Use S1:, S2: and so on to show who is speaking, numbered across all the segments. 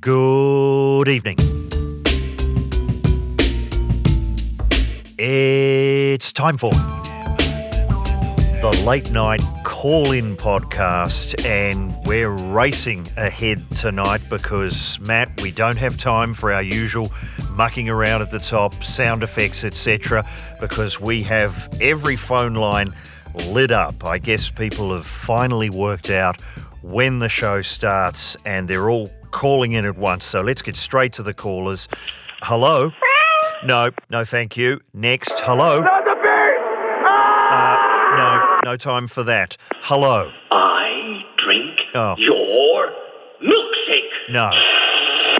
S1: Good evening. It's time for the late night call in podcast, and we're racing ahead tonight because, Matt, we don't have time for our usual mucking around at the top, sound effects, etc., because we have every phone line lit up. I guess people have finally worked out when the show starts and they're all calling in at once. So let's get straight to the callers. Hello? No, no, thank you. Next. Hello?
S2: Not the bear! Ah!
S1: Uh, no, no time for that. Hello?
S3: I drink
S1: Oh.
S3: your milkshake.
S1: No.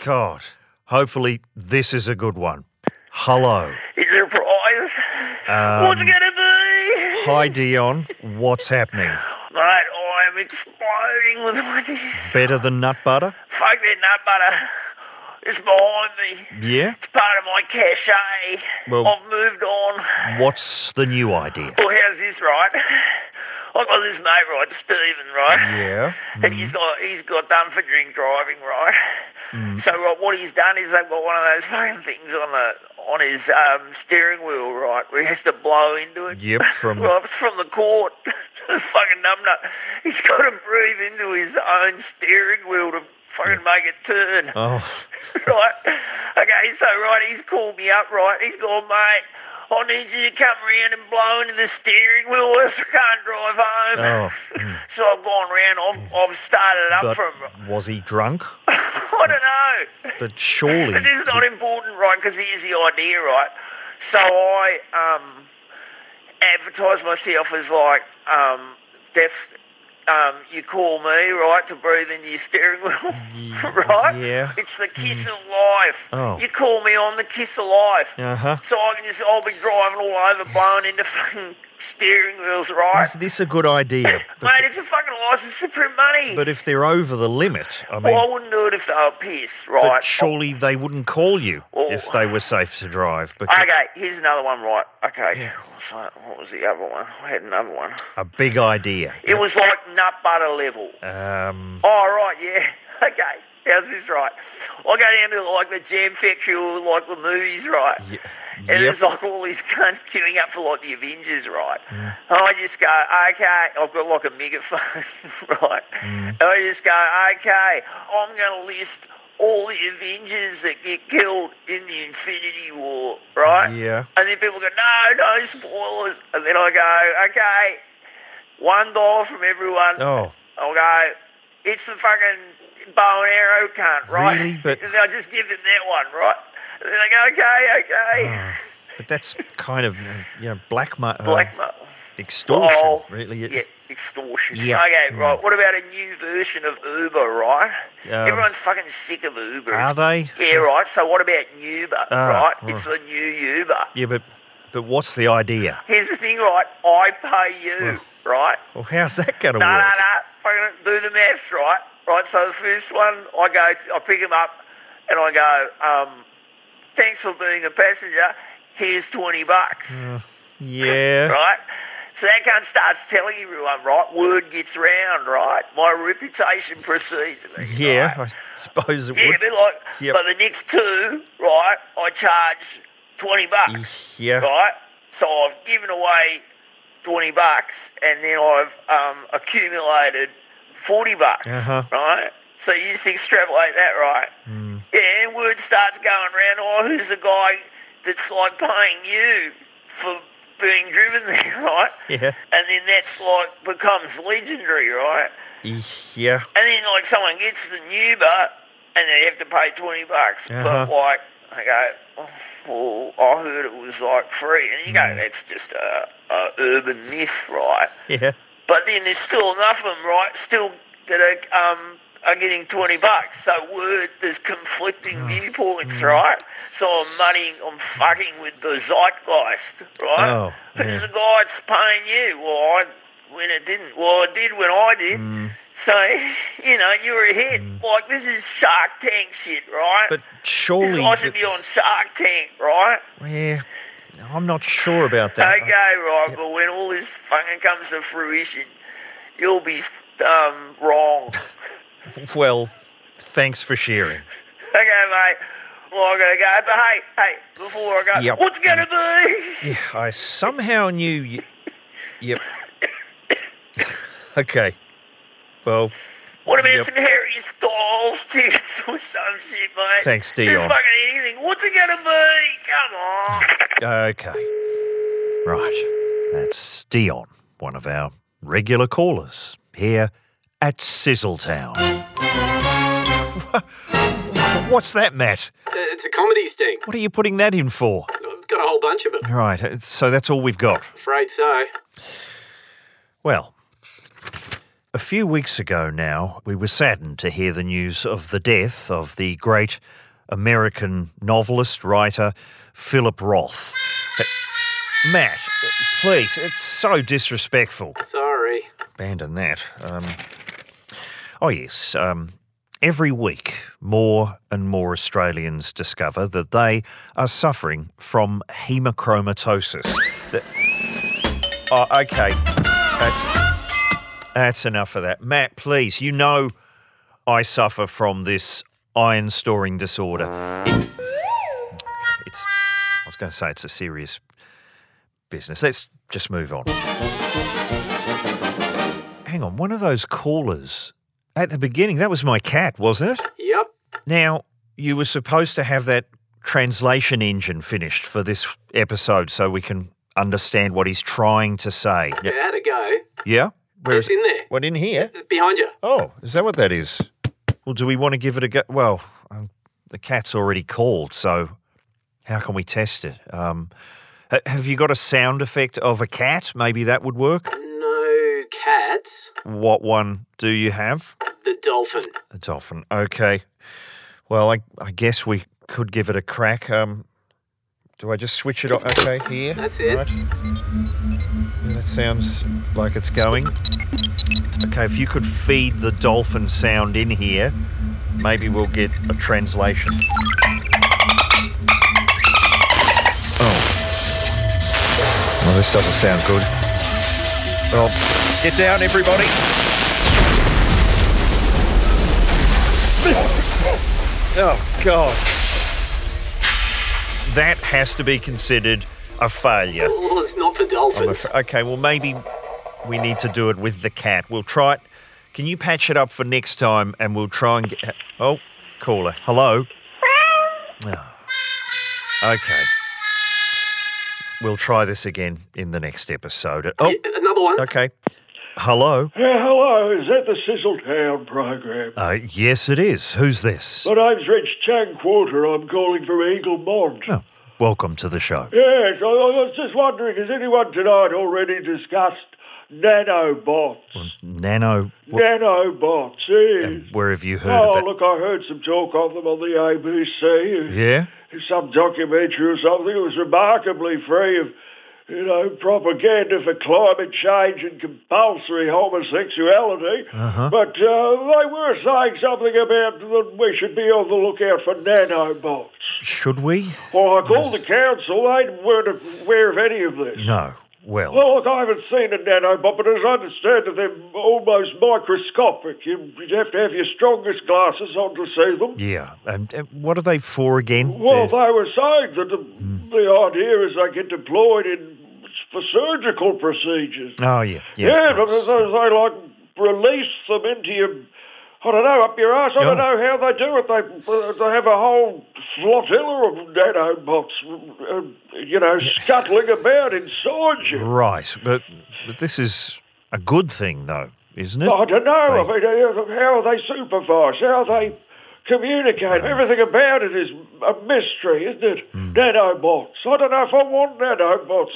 S1: God. Hopefully, this is a good one. Hello.
S2: Is there a prize? What's it
S1: Um,
S2: gonna be?
S1: hi, Dion. What's happening?
S2: Mate, I am exploding with money.
S1: Better than nut butter?
S2: Fuck that nut butter. It's behind me.
S1: Yeah?
S2: It's part of my cachet.
S1: Well-
S2: I've moved on.
S1: What's the new idea?
S2: Well, how's this, right? I've got this mate, right, Stephen, right?
S1: Yeah.
S2: And
S1: Mm.
S2: he's got he's got done for drink driving, right?
S1: Mm.
S2: So right, what he's done is they've got one of those fucking things on the on his um, steering wheel, right? Where he has to blow into it.
S1: Yep, from-
S2: right, it's from the court. fucking numbnut. He's got to breathe into his own steering wheel to fucking make it turn
S1: Oh.
S2: right. Okay, so right, he's called me up, right? He's gone, mate. I need you to come round and blow into the steering wheel, or else I can't drive home.
S1: Oh,
S2: So I've gone round. I've, I've started up
S1: But
S2: from.
S1: was he drunk?
S2: I don't know.
S1: But surely.
S2: But this is not important, right? Because here's the idea, right? So I um, advertise myself as like um, deaf. Um, you call me, right, to breathe into your steering wheel, right?
S1: yeah. Mm.
S2: It's the kiss of life.
S1: Oh.
S2: You call me on the kiss of life.
S1: Uh huh.
S2: So I can just, I'll be driving all over, blown into fucking steering wheels, right?
S1: Is this a good idea? But,
S2: Mate, it's a fucking license to print money.
S1: but if they're over the limit, I mean,
S2: well, I wouldn't do it if they were pissed, right?
S1: but surely they wouldn't call you
S2: Oh.
S1: if they were safe to drive. Because
S2: Okay, here's another one, right? Okay.
S1: Yeah.
S2: So, what was the other one? I had another one.
S1: a big idea.
S2: It was like nut butter level.
S1: Um,
S2: Oh, right, yeah. Okay, how's this right? I go down to like the jam factory or like the movies, right?
S1: y-
S2: And
S1: yep.
S2: there's like all these cunts queuing up for like the Avengers, right?
S1: Mm.
S2: And I just go, okay, I've got like a megaphone, right? And
S1: Mm.
S2: I just go, okay, I'm going to list all the Avengers that get killed in the Infinity War, right?
S1: Yeah.
S2: And then people go, no, no spoilers. And then I go, okay, one dollar from everyone.
S1: Oh,
S2: I'll go, it's the fucking bow and arrow cunt, right?
S1: Really? But-
S2: And I just give them that one, right? And then I go, okay, okay.
S1: oh, but that's kind of you know black ma- uh,
S2: Blackmail.
S1: extortion,
S2: Oh,
S1: really. It-
S2: Yeah, extortion.
S1: Yeah. Mm.
S2: Okay, right. What about a new version of Uber, right?
S1: Um,
S2: Everyone's fucking sick of Uber.
S1: Are they?
S2: Yeah, right. So what about Uber,
S1: Ah,
S2: right?
S1: right.
S2: It's the new Uber.
S1: Yeah, but but what's the idea?
S2: Here's the thing, right? I pay you,
S1: Oh.
S2: right?
S1: Well, how's that going to
S2: No, no,
S1: work?
S2: no. Fucking do the maths, right? Right. So the first one, I go, I pick him up, and I go, um, thanks for being a passenger. Here's twenty bucks,
S1: Hmm. Yeah.
S2: right? So that cunt starts telling everyone, right? Word gets round, right? My reputation precedes me.
S1: Yeah,
S2: right?
S1: I suppose it
S2: Yeah,
S1: would.
S2: but like,
S1: Yep.
S2: but the next two, right? I charge twenty bucks
S1: Yeah.
S2: right? So I've given away 20 bucks and then I've um, accumulated 40 bucks,
S1: Uh-huh. Hmm.
S2: right? So you just extrapolate that, right? Yeah, and word starts going round. oh, who's the guy that's like paying you for being driven there, right?
S1: Yeah.
S2: And then that's like becomes legendary, right?
S1: Yeah.
S2: And then like someone gets the new but and they have to pay twenty bucks.
S1: Uh-huh.
S2: But like I go, oh, well, I heard it was like free, and you go, that's just a, a urban myth, right?
S1: Yeah.
S2: But then there's still enough of them, right? Still that are um are getting twenty bucks. So word, there's conflicting
S1: Oh,
S2: viewpoints, right? So I'm muddying, I'm fucking with the zeitgeist, right?
S1: Oh,
S2: Who's
S1: yeah.
S2: the guy that's paying you? Well, I when it didn't. Well, I did when I did.
S1: Mm.
S2: So you know you were a hit. Like this is Shark Tank shit, right?
S1: But
S2: This-
S1: surely.
S2: I
S1: that-
S2: should be on Shark Tank, right?
S1: Yeah, I'm not sure about that. uh,
S2: Okay, right, but when all this fucking comes to fruition, you'll be um, wrong.
S1: Well, thanks for sharing.
S4: before I gotta go. But hey, hey, before I go,
S1: Yep.
S4: what's it gonna be?
S1: Yeah, I somehow knew. You... Yep. okay. Well,
S4: What about
S1: Yep.
S4: some Harry Styles tickets or some shit, mate?
S1: Thanks,
S4: Just
S1: Dion.
S4: fucking anything. What's it gonna be? Come on.
S1: okay. Right. That's Dion, one of our regular callers here at Sizzletown. Wha- What's that, Matt?
S5: Uh, It's a comedy sting.
S1: What are you putting that in for?
S5: I've got a whole bunch of them.
S1: Right. So that's all we've got.
S5: Afraid so.
S1: Well, a few weeks ago now, we were saddened to hear the news of the death of the great American novelist, writer, Philip Roth. Uh, Matt, uh, please, it's so disrespectful.
S5: Sorry.
S1: Abandon that. Um, oh, yes. Um, every week, more and more Australians discover that they are suffering from hemochromatosis. The- oh, okay. That's, that's enough of that. Matt, please, you know I suffer from this iron storing disorder. It- it's, I was going to say it's a serious business. Let's just move on hang on, one of those callers at the beginning, that was my cat, wasn't it?
S5: Yep.
S1: Now, you were supposed to have that translation engine finished for this episode so we can understand what he's trying to say.
S5: Yeah. Had a go.
S1: Yeah? Where
S5: It's
S1: is
S5: in there.
S1: What, in here?
S5: It's behind you.
S1: Oh, is that what that is? Well, do we want to give it a go? Well, um, the cat's already called, so how can we test it? Um, ha- have you got a sound effect of a cat? Maybe that would work.
S5: No cats.
S1: What one do you have?
S5: The dolphin.
S1: A dolphin. Okay. Well, I, I guess we could give it a crack. Um, do I just switch it off? Okay, here.
S5: That's it.
S1: Right. Yeah, that sounds like it's going. Okay, if you could feed the dolphin sound in here, maybe we'll get a translation. Oh. Well, this doesn't sound good. Well, get down, everybody. Oh, God. That has to be considered a failure.
S5: Well, it's not for
S1: I'm
S5: dolphins.
S1: afra- okay, well, maybe we need to do it with the cat. We'll try it. Can you patch it up for next time and we'll try and get. Oh, caller. Hello. Oh. Okay. We'll try this again in the next episode. Oh,
S5: Yeah, Another one.
S1: okay. Hello.
S6: Yeah, hello, is that the Sizzletown program?
S1: Uh, yes, it is. Who's this?
S6: My name's Reg Changquarter. I'm calling from Eagle Mont.
S1: Oh, welcome to the show.
S6: Yes, I, I was just wondering, has anyone tonight already discussed nanobots?
S1: Nano. wh-
S6: nanobots, yes.
S1: Where have you Um, heard
S6: Oh,
S1: about?
S6: look, I heard some talk of them on the ABC,
S1: Yeah.
S6: some documentary or something. It was remarkably free of, you know, propaganda for climate change and compulsory homosexuality.
S1: Uh-huh.
S6: But uh, they were saying something about that we should be on the lookout for nanobots.
S1: Should we?
S6: Well, I called the council, they weren't aware of any of this.
S1: No. Well.
S6: Well, look, I haven't seen a nanobot, but as I understand it, they're almost microscopic. You- You'd have to have your strongest glasses on to see them.
S1: Yeah. Um, uh, what are they for again?
S6: Well,
S1: They're-
S6: they were saying that the, the idea is they get deployed in for surgical procedures.
S1: Oh yeah, yeah. of
S6: Yeah, but
S1: course.
S6: they, they like release them into your, I don't know, up your ass. I don't
S1: Oh.
S6: know how they do it. They they have a whole flotilla of nanobots, uh, you know, scuttling about inside you.
S1: right, but, but this is a good thing, though, isn't it?
S6: I don't know. I
S1: They-
S6: mean, uh, how are they supervise? How are they communicate? Everything about it is a mystery, isn't it? Nanobots. I don't know if I want nanobots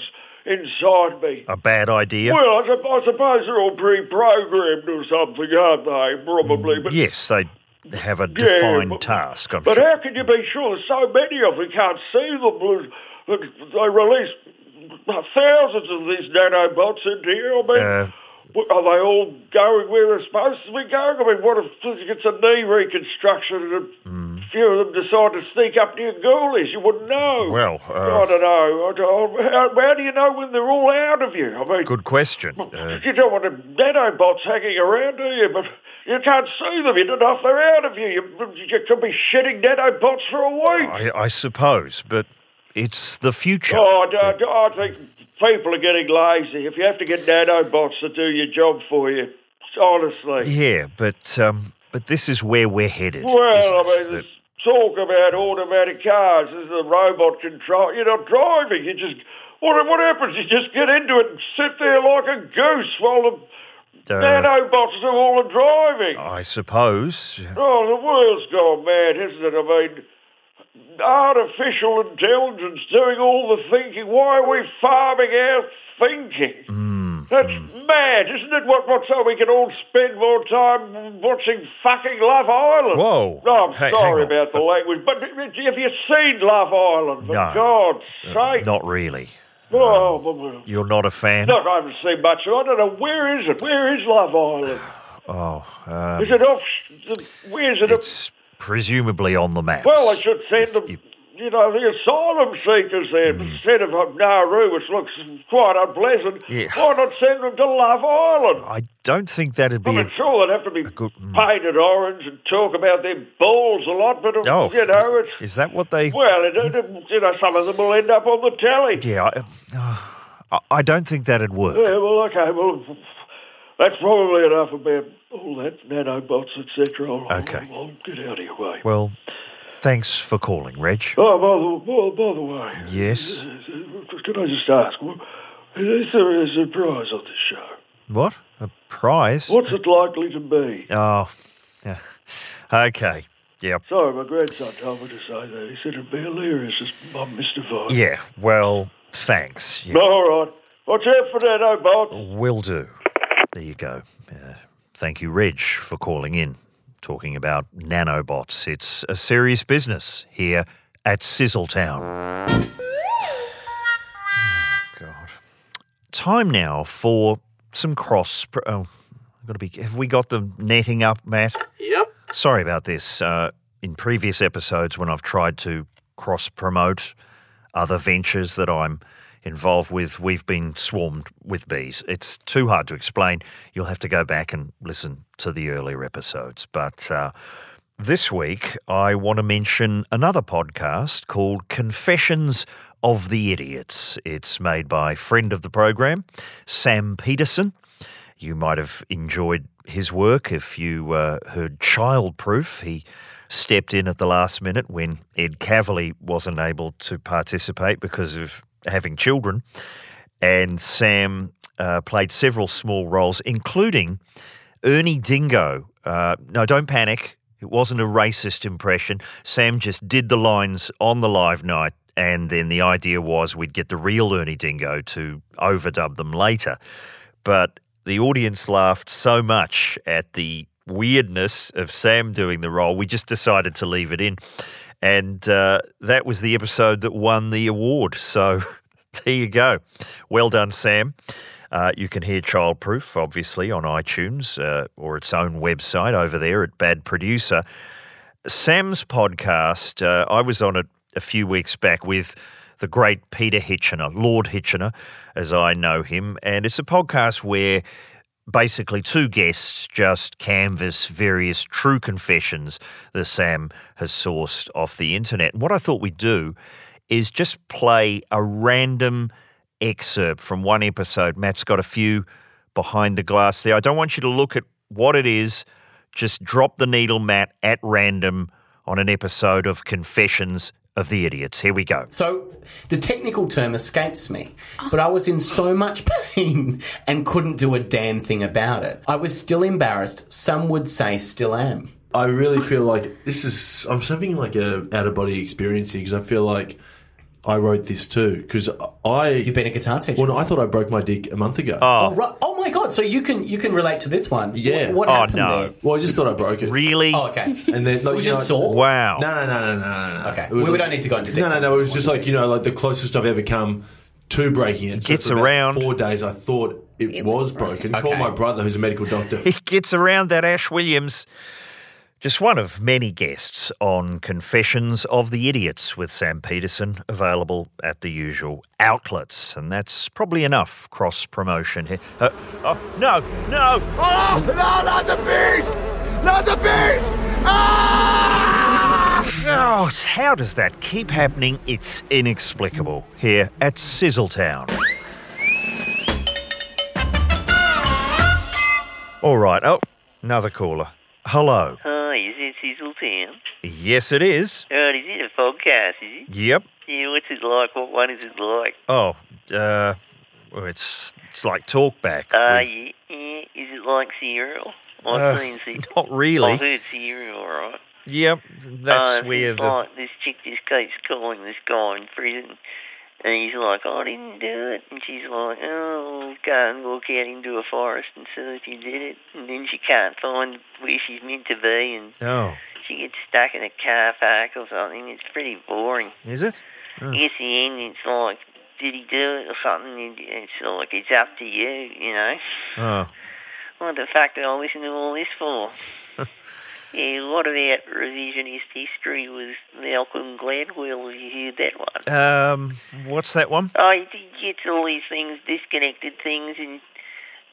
S6: inside me.
S1: a bad idea.
S6: Well, I, sup- I suppose they're all pre-programmed or something, aren't they? Probably, but
S1: yes, they have a defined
S6: but-
S1: task. I'm
S6: but
S1: sure.
S6: how can you be sure? There's so many of them. You can't see them. There's- That they release thousands of these nanobots into here. I mean,
S1: Uh,
S6: w- are they all going where they're supposed to be going? I mean, what if it's a knee reconstruction and a
S1: Mm.
S6: few of them decide to sneak up to your ghoulies? You wouldn't know.
S1: Well, uh,
S6: I don't know. I don't, how, how do you know when they're all out of you? I mean,
S1: good question. Uh,
S6: you don't want the nanobots hanging around, do you? But You can't see them. You don't know if they're out of you. You, you could be shitting nanobots for a week.
S1: I, I suppose, but it's the future.
S6: Oh, I, don't- I think people are getting lazy. If you have to get nanobots to do your job for you, honestly.
S1: Yeah, but um, but this is where we're headed.
S6: Well, I
S1: isn't it?
S6: mean, there's talk about automatic cars. There's a robot control. You're not driving. You just what? What happens? You just get into it and sit there like a goose while the
S1: That, uh,
S6: nanobots do all the driving.
S1: I suppose. uh,
S6: Oh, the world's gone mad, isn't it? I mean, artificial intelligence doing all the thinking. Why are we farming our thinking?
S1: Mm,
S6: That's mad, isn't it? What, what, so we can all spend more time watching fucking Love Island.
S1: Whoa.
S6: No, I'm
S1: Hey, hang
S6: sorry
S1: on.
S6: about the language, but have you seen Love Island? For
S1: No. Uh,
S6: God's sake.
S1: Not really.
S6: Oh, well, well.
S1: You're not a fan.
S6: Look, I haven't seen much. I don't know. Where is it? Where is Love Island?
S1: Oh, um,
S6: Is it off? Where's it?
S1: it's presumably on the maps.
S6: Well, I should send them,
S1: you- Hmm.
S6: you, know, the asylum seekers there instead of uh, Nauru, which looks quite unpleasant.
S1: Yeah.
S6: Why not send them to Love Island?
S1: I don't think that'd
S6: I'm
S1: be. A,
S6: sure they'd have to be
S1: good- mm.
S6: painted orange and talk about their balls a lot, but, uh,
S1: oh,
S6: you know, it's.
S1: is that what they?
S6: Well, it, it, you know, some of them will end up on the telly.
S1: yeah, I, I- I don't think that'd work.
S6: Yeah, well, okay, well, that's probably enough about all that nanobots, etc. I'll-
S1: Okay.
S6: I'll, I'll get out of your way.
S1: Well, thanks for calling, Reg.
S6: Oh, by the, well, by the way.
S1: Yes.
S6: Can I just ask, is there a surprise on this show?
S1: What a prize?
S6: What's it likely to be?
S1: Oh, yeah. okay. Yep.
S6: Sorry, my grandson told me to say that. He said it'd be hilarious. I'm mystified.
S1: Yeah. Well, thanks. Yeah.
S6: All right. Watch out for that, Obot.
S1: Will do. There you go. Uh, thank you, Reg, for calling in, talking about nanobots. It's a serious business here at Sizzletown. God. Time now for some cross. Pro- oh, I've got to be. Have we got the netting up, Matt?
S5: Yep.
S1: Sorry about this. Uh, in previous episodes, when I've tried to cross promote other ventures that I'm involved with, we've been swarmed with bees. It's too hard to explain. You'll have to go back and listen to the earlier episodes. But uh, this week, I want to mention another podcast called Confessions of the Idiots. It's made by friend of the program, Sam Peterson. You might have enjoyed his work if you uh, heard Childproof. He stepped in at the last minute when Ed Cavalier wasn't able to participate because of having children. And Sam uh, played several small roles, including Ernie Dingo. Uh, no, don't panic. It wasn't a racist impression. Sam just did the lines on the live night, and then the idea was we'd get the real Ernie Dingo to overdub them later but the audience laughed so much at the weirdness of Sam doing the role, we just decided to leave it in. And uh, that was the episode that won the award. So there you go. Well done, Sam. Uh, you can hear Childproof, obviously, on iTunes uh, or its own website over there at Bad Producer. Sam's podcast, uh, I was on it a few weeks back with the great Peter Hitchener, Lord Hitchener, as I know him. And it's a podcast where basically two guests just canvass various true confessions that Sam has sourced off the internet. And what I thought we'd do is just play a random excerpt from one episode. Matt's got a few behind the glass there. I don't want you to look at what it is. Just drop the needle, Matt, at random on an episode of Confessions of the Idiots. Here we go.
S7: So the technical term escapes me, but I was in so much pain and couldn't do a damn thing about it. I was still embarrassed, some would say still am.
S8: I really feel like this is. I'm having like a out of body experience here because I feel like I wrote this too because I.
S7: You've been a guitar teacher.
S8: Well, no, I thought I broke my dick a month ago.
S7: oh, right. oh my god, so you can you can relate to this one.
S8: Yeah.
S7: What, what
S8: Oh,
S7: happened
S1: no.
S7: there?
S8: Well, I just thought I broke it.
S1: Really?
S7: Oh, okay.
S8: And then like,
S7: we
S8: you
S7: just
S8: know,
S7: saw.
S1: Wow.
S8: No, no, no, no, no, no, no.
S7: Okay.
S8: It was
S7: We
S8: like-
S7: don't need to go into
S8: No, no,
S7: detail.
S8: no. It was just like you know, like the closest I've ever come to breaking it. So
S1: Gets
S8: for about
S1: around.
S8: Four days. I thought it, was broken. Called
S7: Okay.
S8: my brother, who's a medical doctor.
S1: he gets around that Ash Williams. Just one of many guests on Confessions of the Idiots with Sam Peterson, available at the usual outlets. And that's probably enough cross promotion here. Uh, oh, no, no! Oh, no, not the bees!
S9: Not the bees! Ah!
S1: Oh, how does that keep happening? It's inexplicable here at Sizzletown. All right. Oh, another caller. Hello.
S2: Hi, is it Sizzletown?
S1: Yes, it is.
S2: God, is it a podcast, is it?
S1: Yep.
S2: Yeah, what's it like? What one is it like?
S1: Oh, uh, well, it's it's like talkback.
S2: Uh,
S1: with-
S2: yeah, yeah, is it like cereal? I've
S1: Uh,
S2: seen cereal.
S1: Not really.
S2: I've heard cereal, alright.
S1: Yep. That's
S2: Uh,
S1: where
S2: it's
S1: the
S2: Like, this chick just keeps calling this guy in prison. And he's like, I didn't do it. And she's like, oh, go and walk out into a forest and see if you did it. And then she can't find where she's meant to be. And
S1: oh,
S2: she gets stuck in a car park or something. It's pretty boring.
S1: is it? Oh.
S2: I guess the end, it's like, did he do it or something? And It's like, it's up to you, you know.
S1: Oh,
S2: What the fuck did I listen to all this for? yeah, a lot of that revisionist history was Malcolm Gladwell, if you heard that one.
S1: um, what's that one?
S2: Oh, he he gets all these things, disconnected things, and,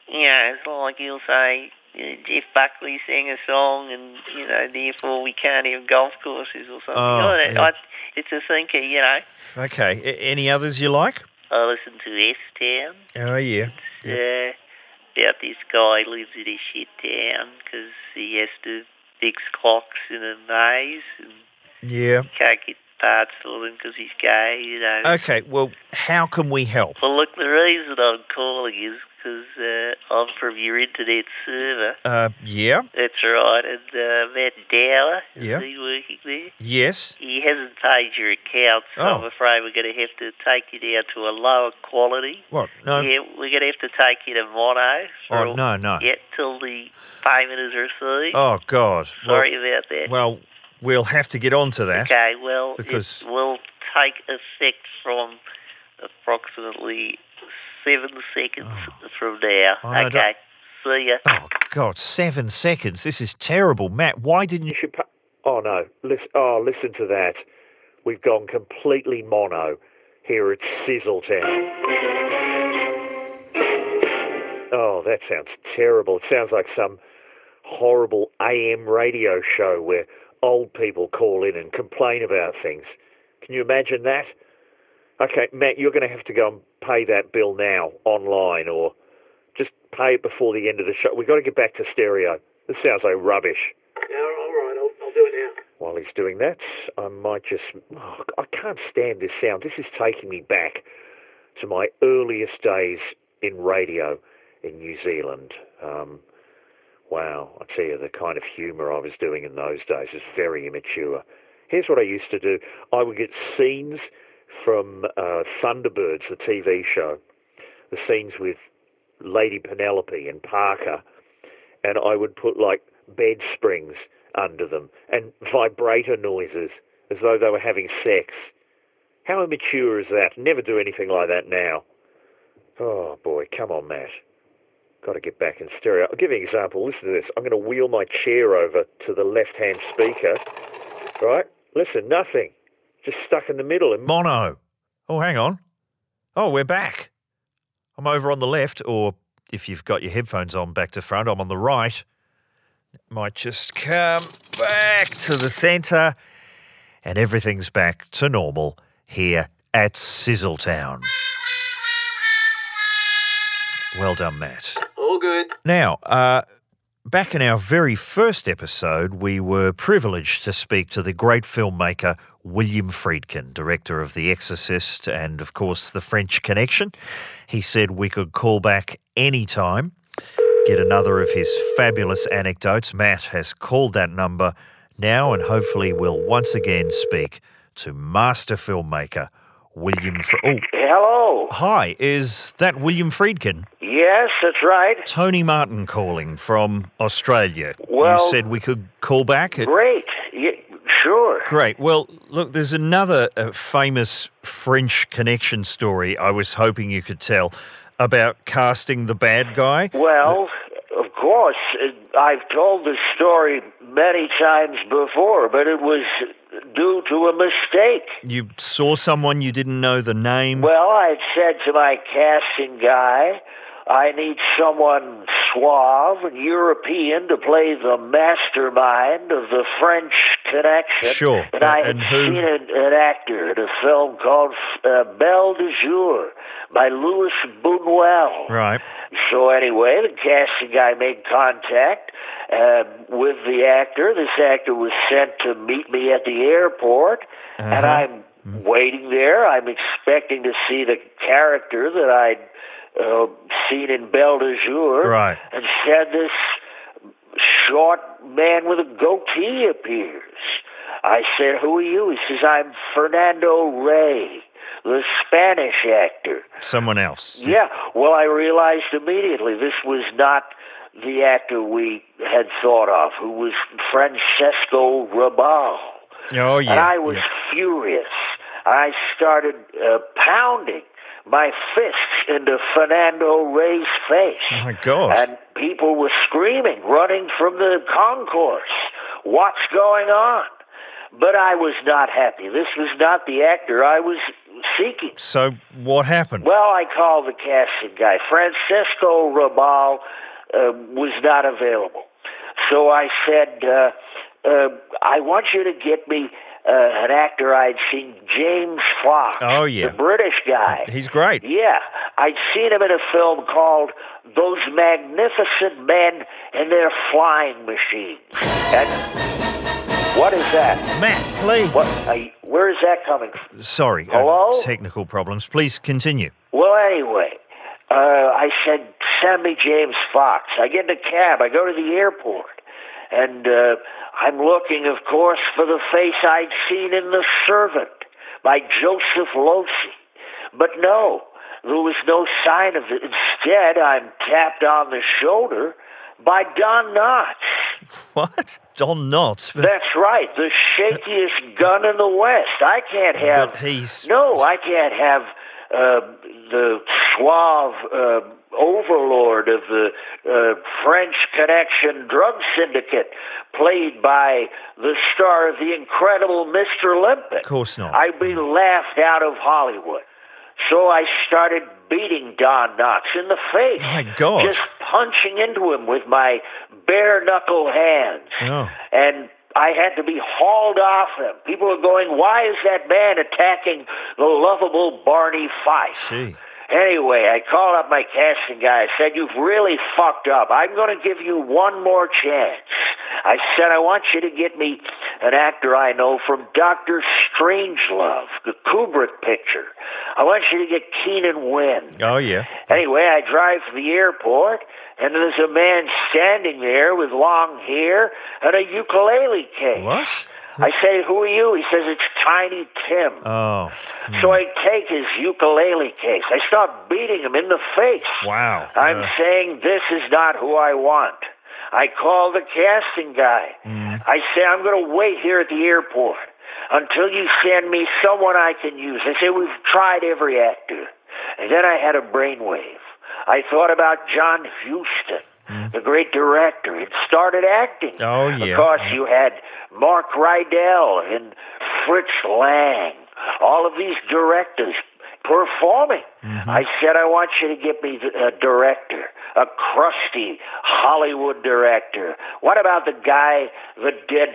S2: you know, it's like he'll say, uh, Jeff Buckley sang a song, and, you know, therefore we can't have golf courses or something.
S1: Oh,
S2: I don't-
S1: yeah.
S2: I, it's a thinker, you know.
S1: Okay. A- any others you like?
S2: I listen to S Town.
S1: Oh yeah. Yep.
S2: Yeah, uh, about this guy lives in his shit town 'cause he has to fix clocks in a maze and
S1: Yeah.
S2: can't get parts for them 'cause he's gay, you know.
S1: Okay. Well, how can we help?
S2: Well, look, the reason I'm calling is 'cause uh, I'm from your internet server.
S1: Uh, yeah.
S2: That's right. And uh, Matt Dower, is
S1: Yeah.
S2: he working there?
S1: Yes.
S2: He hasn't paid your account, so
S1: Oh.
S2: I'm afraid we're going to have to take you down to a lower quality.
S1: What? No.
S2: Yeah, we're going to have to take you to mono. for
S1: Oh
S2: a-
S1: no no.
S2: yet till the payment is received.
S1: Oh God. Well-
S2: Sorry about that.
S1: Well, we'll have to get on to that.
S2: okay, well,
S1: because-
S2: it will take effect from approximately seven seconds from now.
S1: Oh, no, don't-
S2: okay, see ya.
S1: Oh God, seven seconds. This is terrible, Matt. Why didn't you?
S10: You should pa- oh no! Listen, oh, listen to that. We've gone completely mono here at Sizzletown. Oh, that sounds terrible. It sounds like some horrible AM radio show where old people call in and complain about things. Can you imagine that? Okay, Matt, you're going to have to go and pay that bill now online, or just pay it before the end of the show. We've got to get back to stereo. This sounds like rubbish.
S7: Yeah, all right, I'll, I'll do it now.
S10: While he's doing that, I might just. oh, I can't stand this sound. This is taking me back to my earliest days in radio in New Zealand. Um, wow, I tell you, the kind of humour I was doing in those days was very immature. Here's what I used to do I would get scenes from uh, Thunderbirds, the TV show, the scenes with Lady Penelope and Parker and I would put like bed springs under them and vibrator noises as though they were having sex. How immature is that? Never do anything like that now. Oh boy, come on, Matt. Got to get back in stereo. I'll give you an example. Listen to this. I'm going to wheel my chair over to the left-hand speaker. Right? Listen, nothing. Just stuck in the middle. And
S1: Mono. Oh, hang on. Oh, we're back. I'm over on the left, or if you've got your headphones on back to front, I'm on the right. Might just come back to the centre, and everything's back to normal here at Sizzletown. Well done, Matt.
S7: All good.
S1: Now, uh, back in our very first episode, we were privileged to speak to the great filmmaker William Friedkin, director of The Exorcist and, of course, The French Connection. He said we could call back any time. Get another of his fabulous anecdotes. Matt has called that number now, and hopefully, we'll once again speak to master filmmaker William. Fr- oh,
S9: Hello.
S1: hi! Is that William Friedkin?
S9: Yes, that's right.
S1: Tony Martin calling from Australia. you
S9: Well-
S1: said we could call back. It-
S9: Great. Ye- sure.
S1: Great. Well, look, there's another uh, famous French connection story I was hoping you could tell about casting the bad guy.
S9: Well, of course, uh, I've told this story many times before, but it was due to a mistake.
S1: You saw someone you didn't know the name.
S9: Well, I had said to my casting guy,
S2: I need someone suave and European to play the mastermind of the French connection.
S1: Sure.
S2: And I had
S1: And who-
S2: seen an, an actor in a film called uh, Belle de Jour by Louis Buñuel.
S1: Right.
S2: So anyway, the casting guy made contact uh, with the actor. This actor was sent to meet me at the airport, and I'm waiting there. I'm expecting to see the character that I'd uh, seen in Belle de Jour,
S1: Right.
S2: and said this short man with a goatee appears. I said, "Who are you?" He says, "I'm Fernando Rey, the Spanish actor."
S1: Someone else.
S2: Yeah. Well, I realized immediately this was not the actor we had thought of, who was Francesco Rabal.
S1: Oh, yeah.
S2: and I was
S1: yeah.
S2: furious. I started uh, pounding my fists into Fernando Rey's face.
S1: Oh, my God.
S2: And people were screaming, running from the concourse. What's going on? But I was not happy. This was not the actor I was seeking.
S1: so what happened?
S2: Well, I called the casting guy. Francisco Rabal uh, was not available. So I said, uh, uh, I want you to get me uh, an actor I'd seen, James Fox.
S1: Oh, yeah.
S2: The British guy.
S1: He's great.
S2: Yeah, I'd seen him in a film called Those Magnificent Men and Their Flying Machines. And what is that?
S1: Matt, please.
S2: What? I, where is that coming from?
S1: Sorry. uh,
S2: Hello?
S1: technical problems. Please continue.
S2: Well, anyway, uh, I said, send me James Fox. I get in a cab. I go to the airport. And uh, I'm looking, of course, for the face I'd seen in The Servant by Joseph Losey. But no, there was no sign of it. Instead, I'm tapped on the shoulder by Don Knotts.
S1: What? Don Knotts. But-
S2: That's right, the shakiest gun in the West. I can't have.
S1: But he's-
S2: uh, No, I can't have uh, the suave uh, overlord of the uh, French Connection drug syndicate, played by the star of the incredible Mr. Olympic.
S1: Of course not.
S2: I'd be laughed out of Hollywood. So I started beating Don Knox in the face.
S1: My God.
S2: Just punching into him with my bare knuckle hands
S1: Oh.
S2: and I had to be hauled off him. People are going, why is that man attacking the lovable Barney Fife?
S1: Gee.
S2: Anyway, I called up my casting guy. I said, You've really fucked up. I'm going to give you one more chance. I said, I want you to get me an actor I know from Dr. Strangelove, the Kubrick picture. I want you to get Keenan Wynn.
S1: Oh, yeah.
S2: Anyway, I drive to the airport, and there's a man standing there with long hair and a ukulele case.
S1: What?
S2: I say, Who are you? He says, It's Tiny Tim.
S1: Oh,
S2: so I take his ukulele case. I start beating him in the face.
S1: wow.
S2: I'm
S1: Uh,
S2: saying this is not who I want. I call the casting guy.
S1: Mm-hmm.
S2: I say, I'm going to wait here at the airport until you send me someone I can use. They say, We've tried every actor. And then I had a brainwave. I thought about John Huston, the great director. It started acting.
S1: Mm-hmm. Oh, yeah.
S2: Of course, you had Mark Rydell and Fritz Lang, all of these directors performing. I said, I want you to get me th- a director, a crusty Hollywood director. What about the guy that did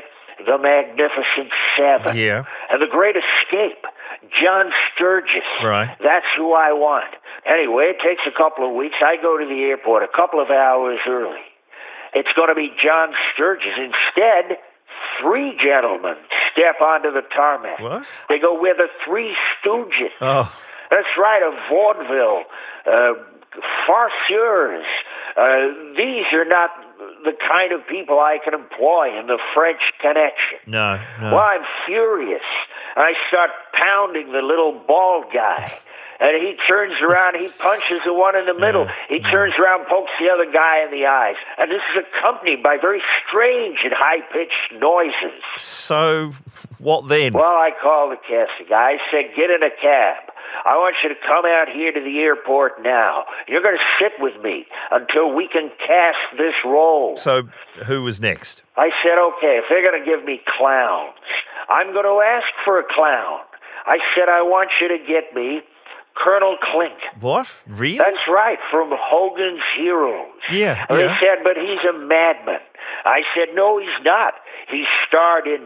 S2: The Magnificent Seven?
S1: Uh, Yeah.
S2: And The Great Escape, John Sturgis.
S1: Right.
S2: That's who I want. Anyway, it takes a couple of weeks. I go to the airport a couple of hours early. It's going to be John Sturgis. Instead, three gentlemen step onto the tarmac.
S1: What?
S2: They go, We're the Three Stooges.
S1: oh,
S2: That's right, a vaudeville, uh, farceurs. Uh, these are not the kind of people I can employ in the French Connection.
S1: no, no.
S2: Well, I'm furious. I start pounding the little bald guy. And he turns around, he punches the one in the middle. He turns around, pokes the other guy in the eyes. And this is accompanied by very strange and high pitched noises.
S1: So, what then?
S2: Well, I called the casting guy. I said, Get in a cab. I want you to come out here to the airport now. You're going to sit with me until we can cast this role.
S1: So, who was next?
S2: I said, okay, if they're going to give me clowns, I'm going to ask for a clown. I said, I want you to get me Colonel Clink.
S1: What? Really?
S2: That's right, from Hogan's Heroes.
S1: yeah.
S2: And
S1: yeah.
S2: They said, but he's a madman. I said, no, he's not. He starred in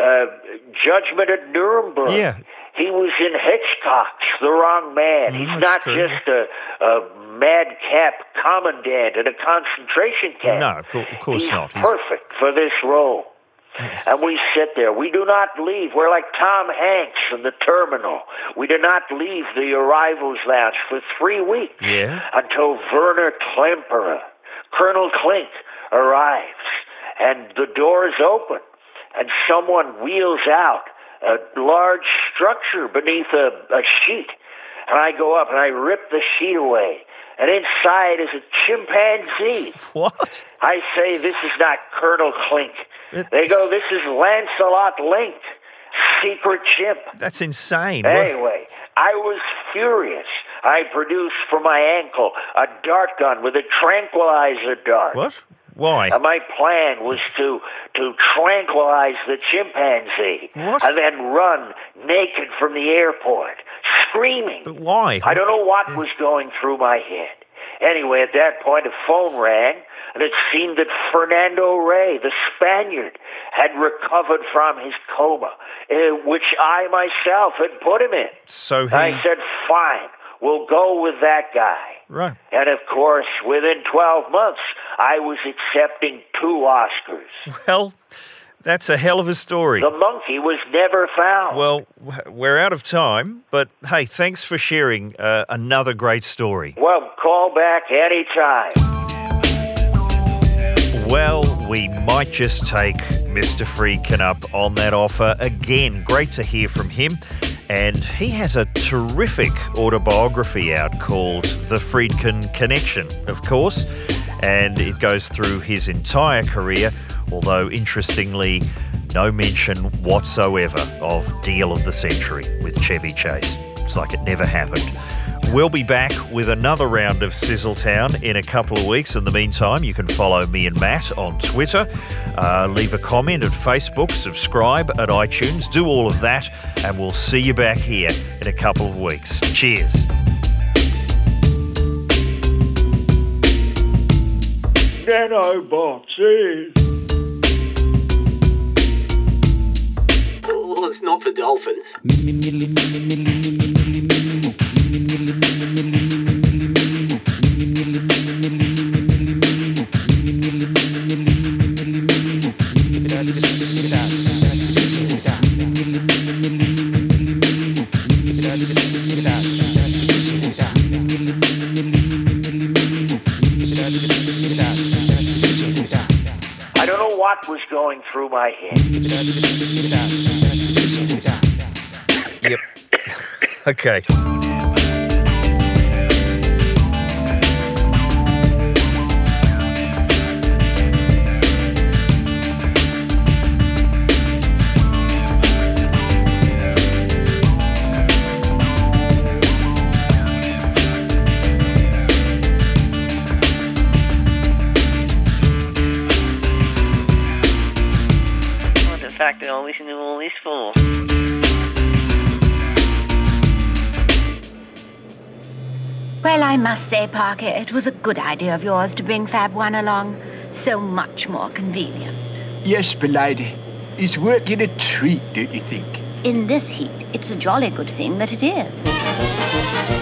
S2: uh, Judgment at Nuremberg.
S1: Yeah. Mm,
S2: He was in Hitchcock's The Wrong Man. he's
S1: that's
S2: not
S1: true.
S2: just a, a madcap commandant in a concentration camp.
S1: No, of cour- of course
S2: he's
S1: not. He's-
S2: perfect for this role. And we sit there. We do not leave. We're like Tom Hanks in the terminal. We do not leave the arrivals lounge for three weeks
S1: Yeah.
S2: until Werner Klemperer, Colonel Klink, arrives, and the doors open, and someone wheels out a large structure beneath a, a sheet. And I go up and I rip the sheet away, and inside is a chimpanzee.
S1: What?
S2: I say this is not Colonel Klink. They go, this is Lancelot Link, secret chimp.
S1: That's insane. What-
S2: Anyway, I was furious. I produced from my ankle a dart gun with a tranquilizer dart.
S1: What? Why?
S2: And my plan was to to tranquilize the chimpanzee
S1: What?
S2: and then run naked from the airport, screaming.
S1: But why?
S2: I don't know what was going through my head. Anyway, at that point, a phone rang, and it seemed that Fernando Rey, the Spaniard, had recovered from his coma, uh, which I myself had put him in.
S1: So he.
S2: I said, fine, we'll go with that guy.
S1: right.
S2: And of course, within 12 months, I was accepting two Oscars.
S1: Well, that's a hell of a story.
S2: The monkey was never found.
S1: Well, w- we're out of time, but hey, thanks for sharing uh, another great story.
S2: well call back anytime.
S1: Well, we might just take Mr. Freakin up on that offer again. Great to hear from him. And he has a terrific autobiography out called The Friedkin Connection, of course, and it goes through his entire career, although interestingly, no mention whatsoever of Deal of the Century with Chevy Chase. It's like it never happened. We'll be back with another round of Sizzletown in a couple of weeks. In the meantime, you can follow me and Matt on Twitter, uh, leave a comment at Facebook, subscribe at iTunes, do all of that, and we'll see you back here in a couple of weeks. Cheers.
S6: Nanobots, eh?
S11: Well, it's not for dolphins.
S2: I don't know what was going through my head.
S1: Yep. okay.
S12: What the fact that I listen to all this for?
S13: Well, I must say, Parker, it was a good idea of yours to bring Fab One along. So much more convenient.
S14: Yes, Belady. It's working a treat, don't you think?
S13: In this heat, it's a jolly good thing that it is.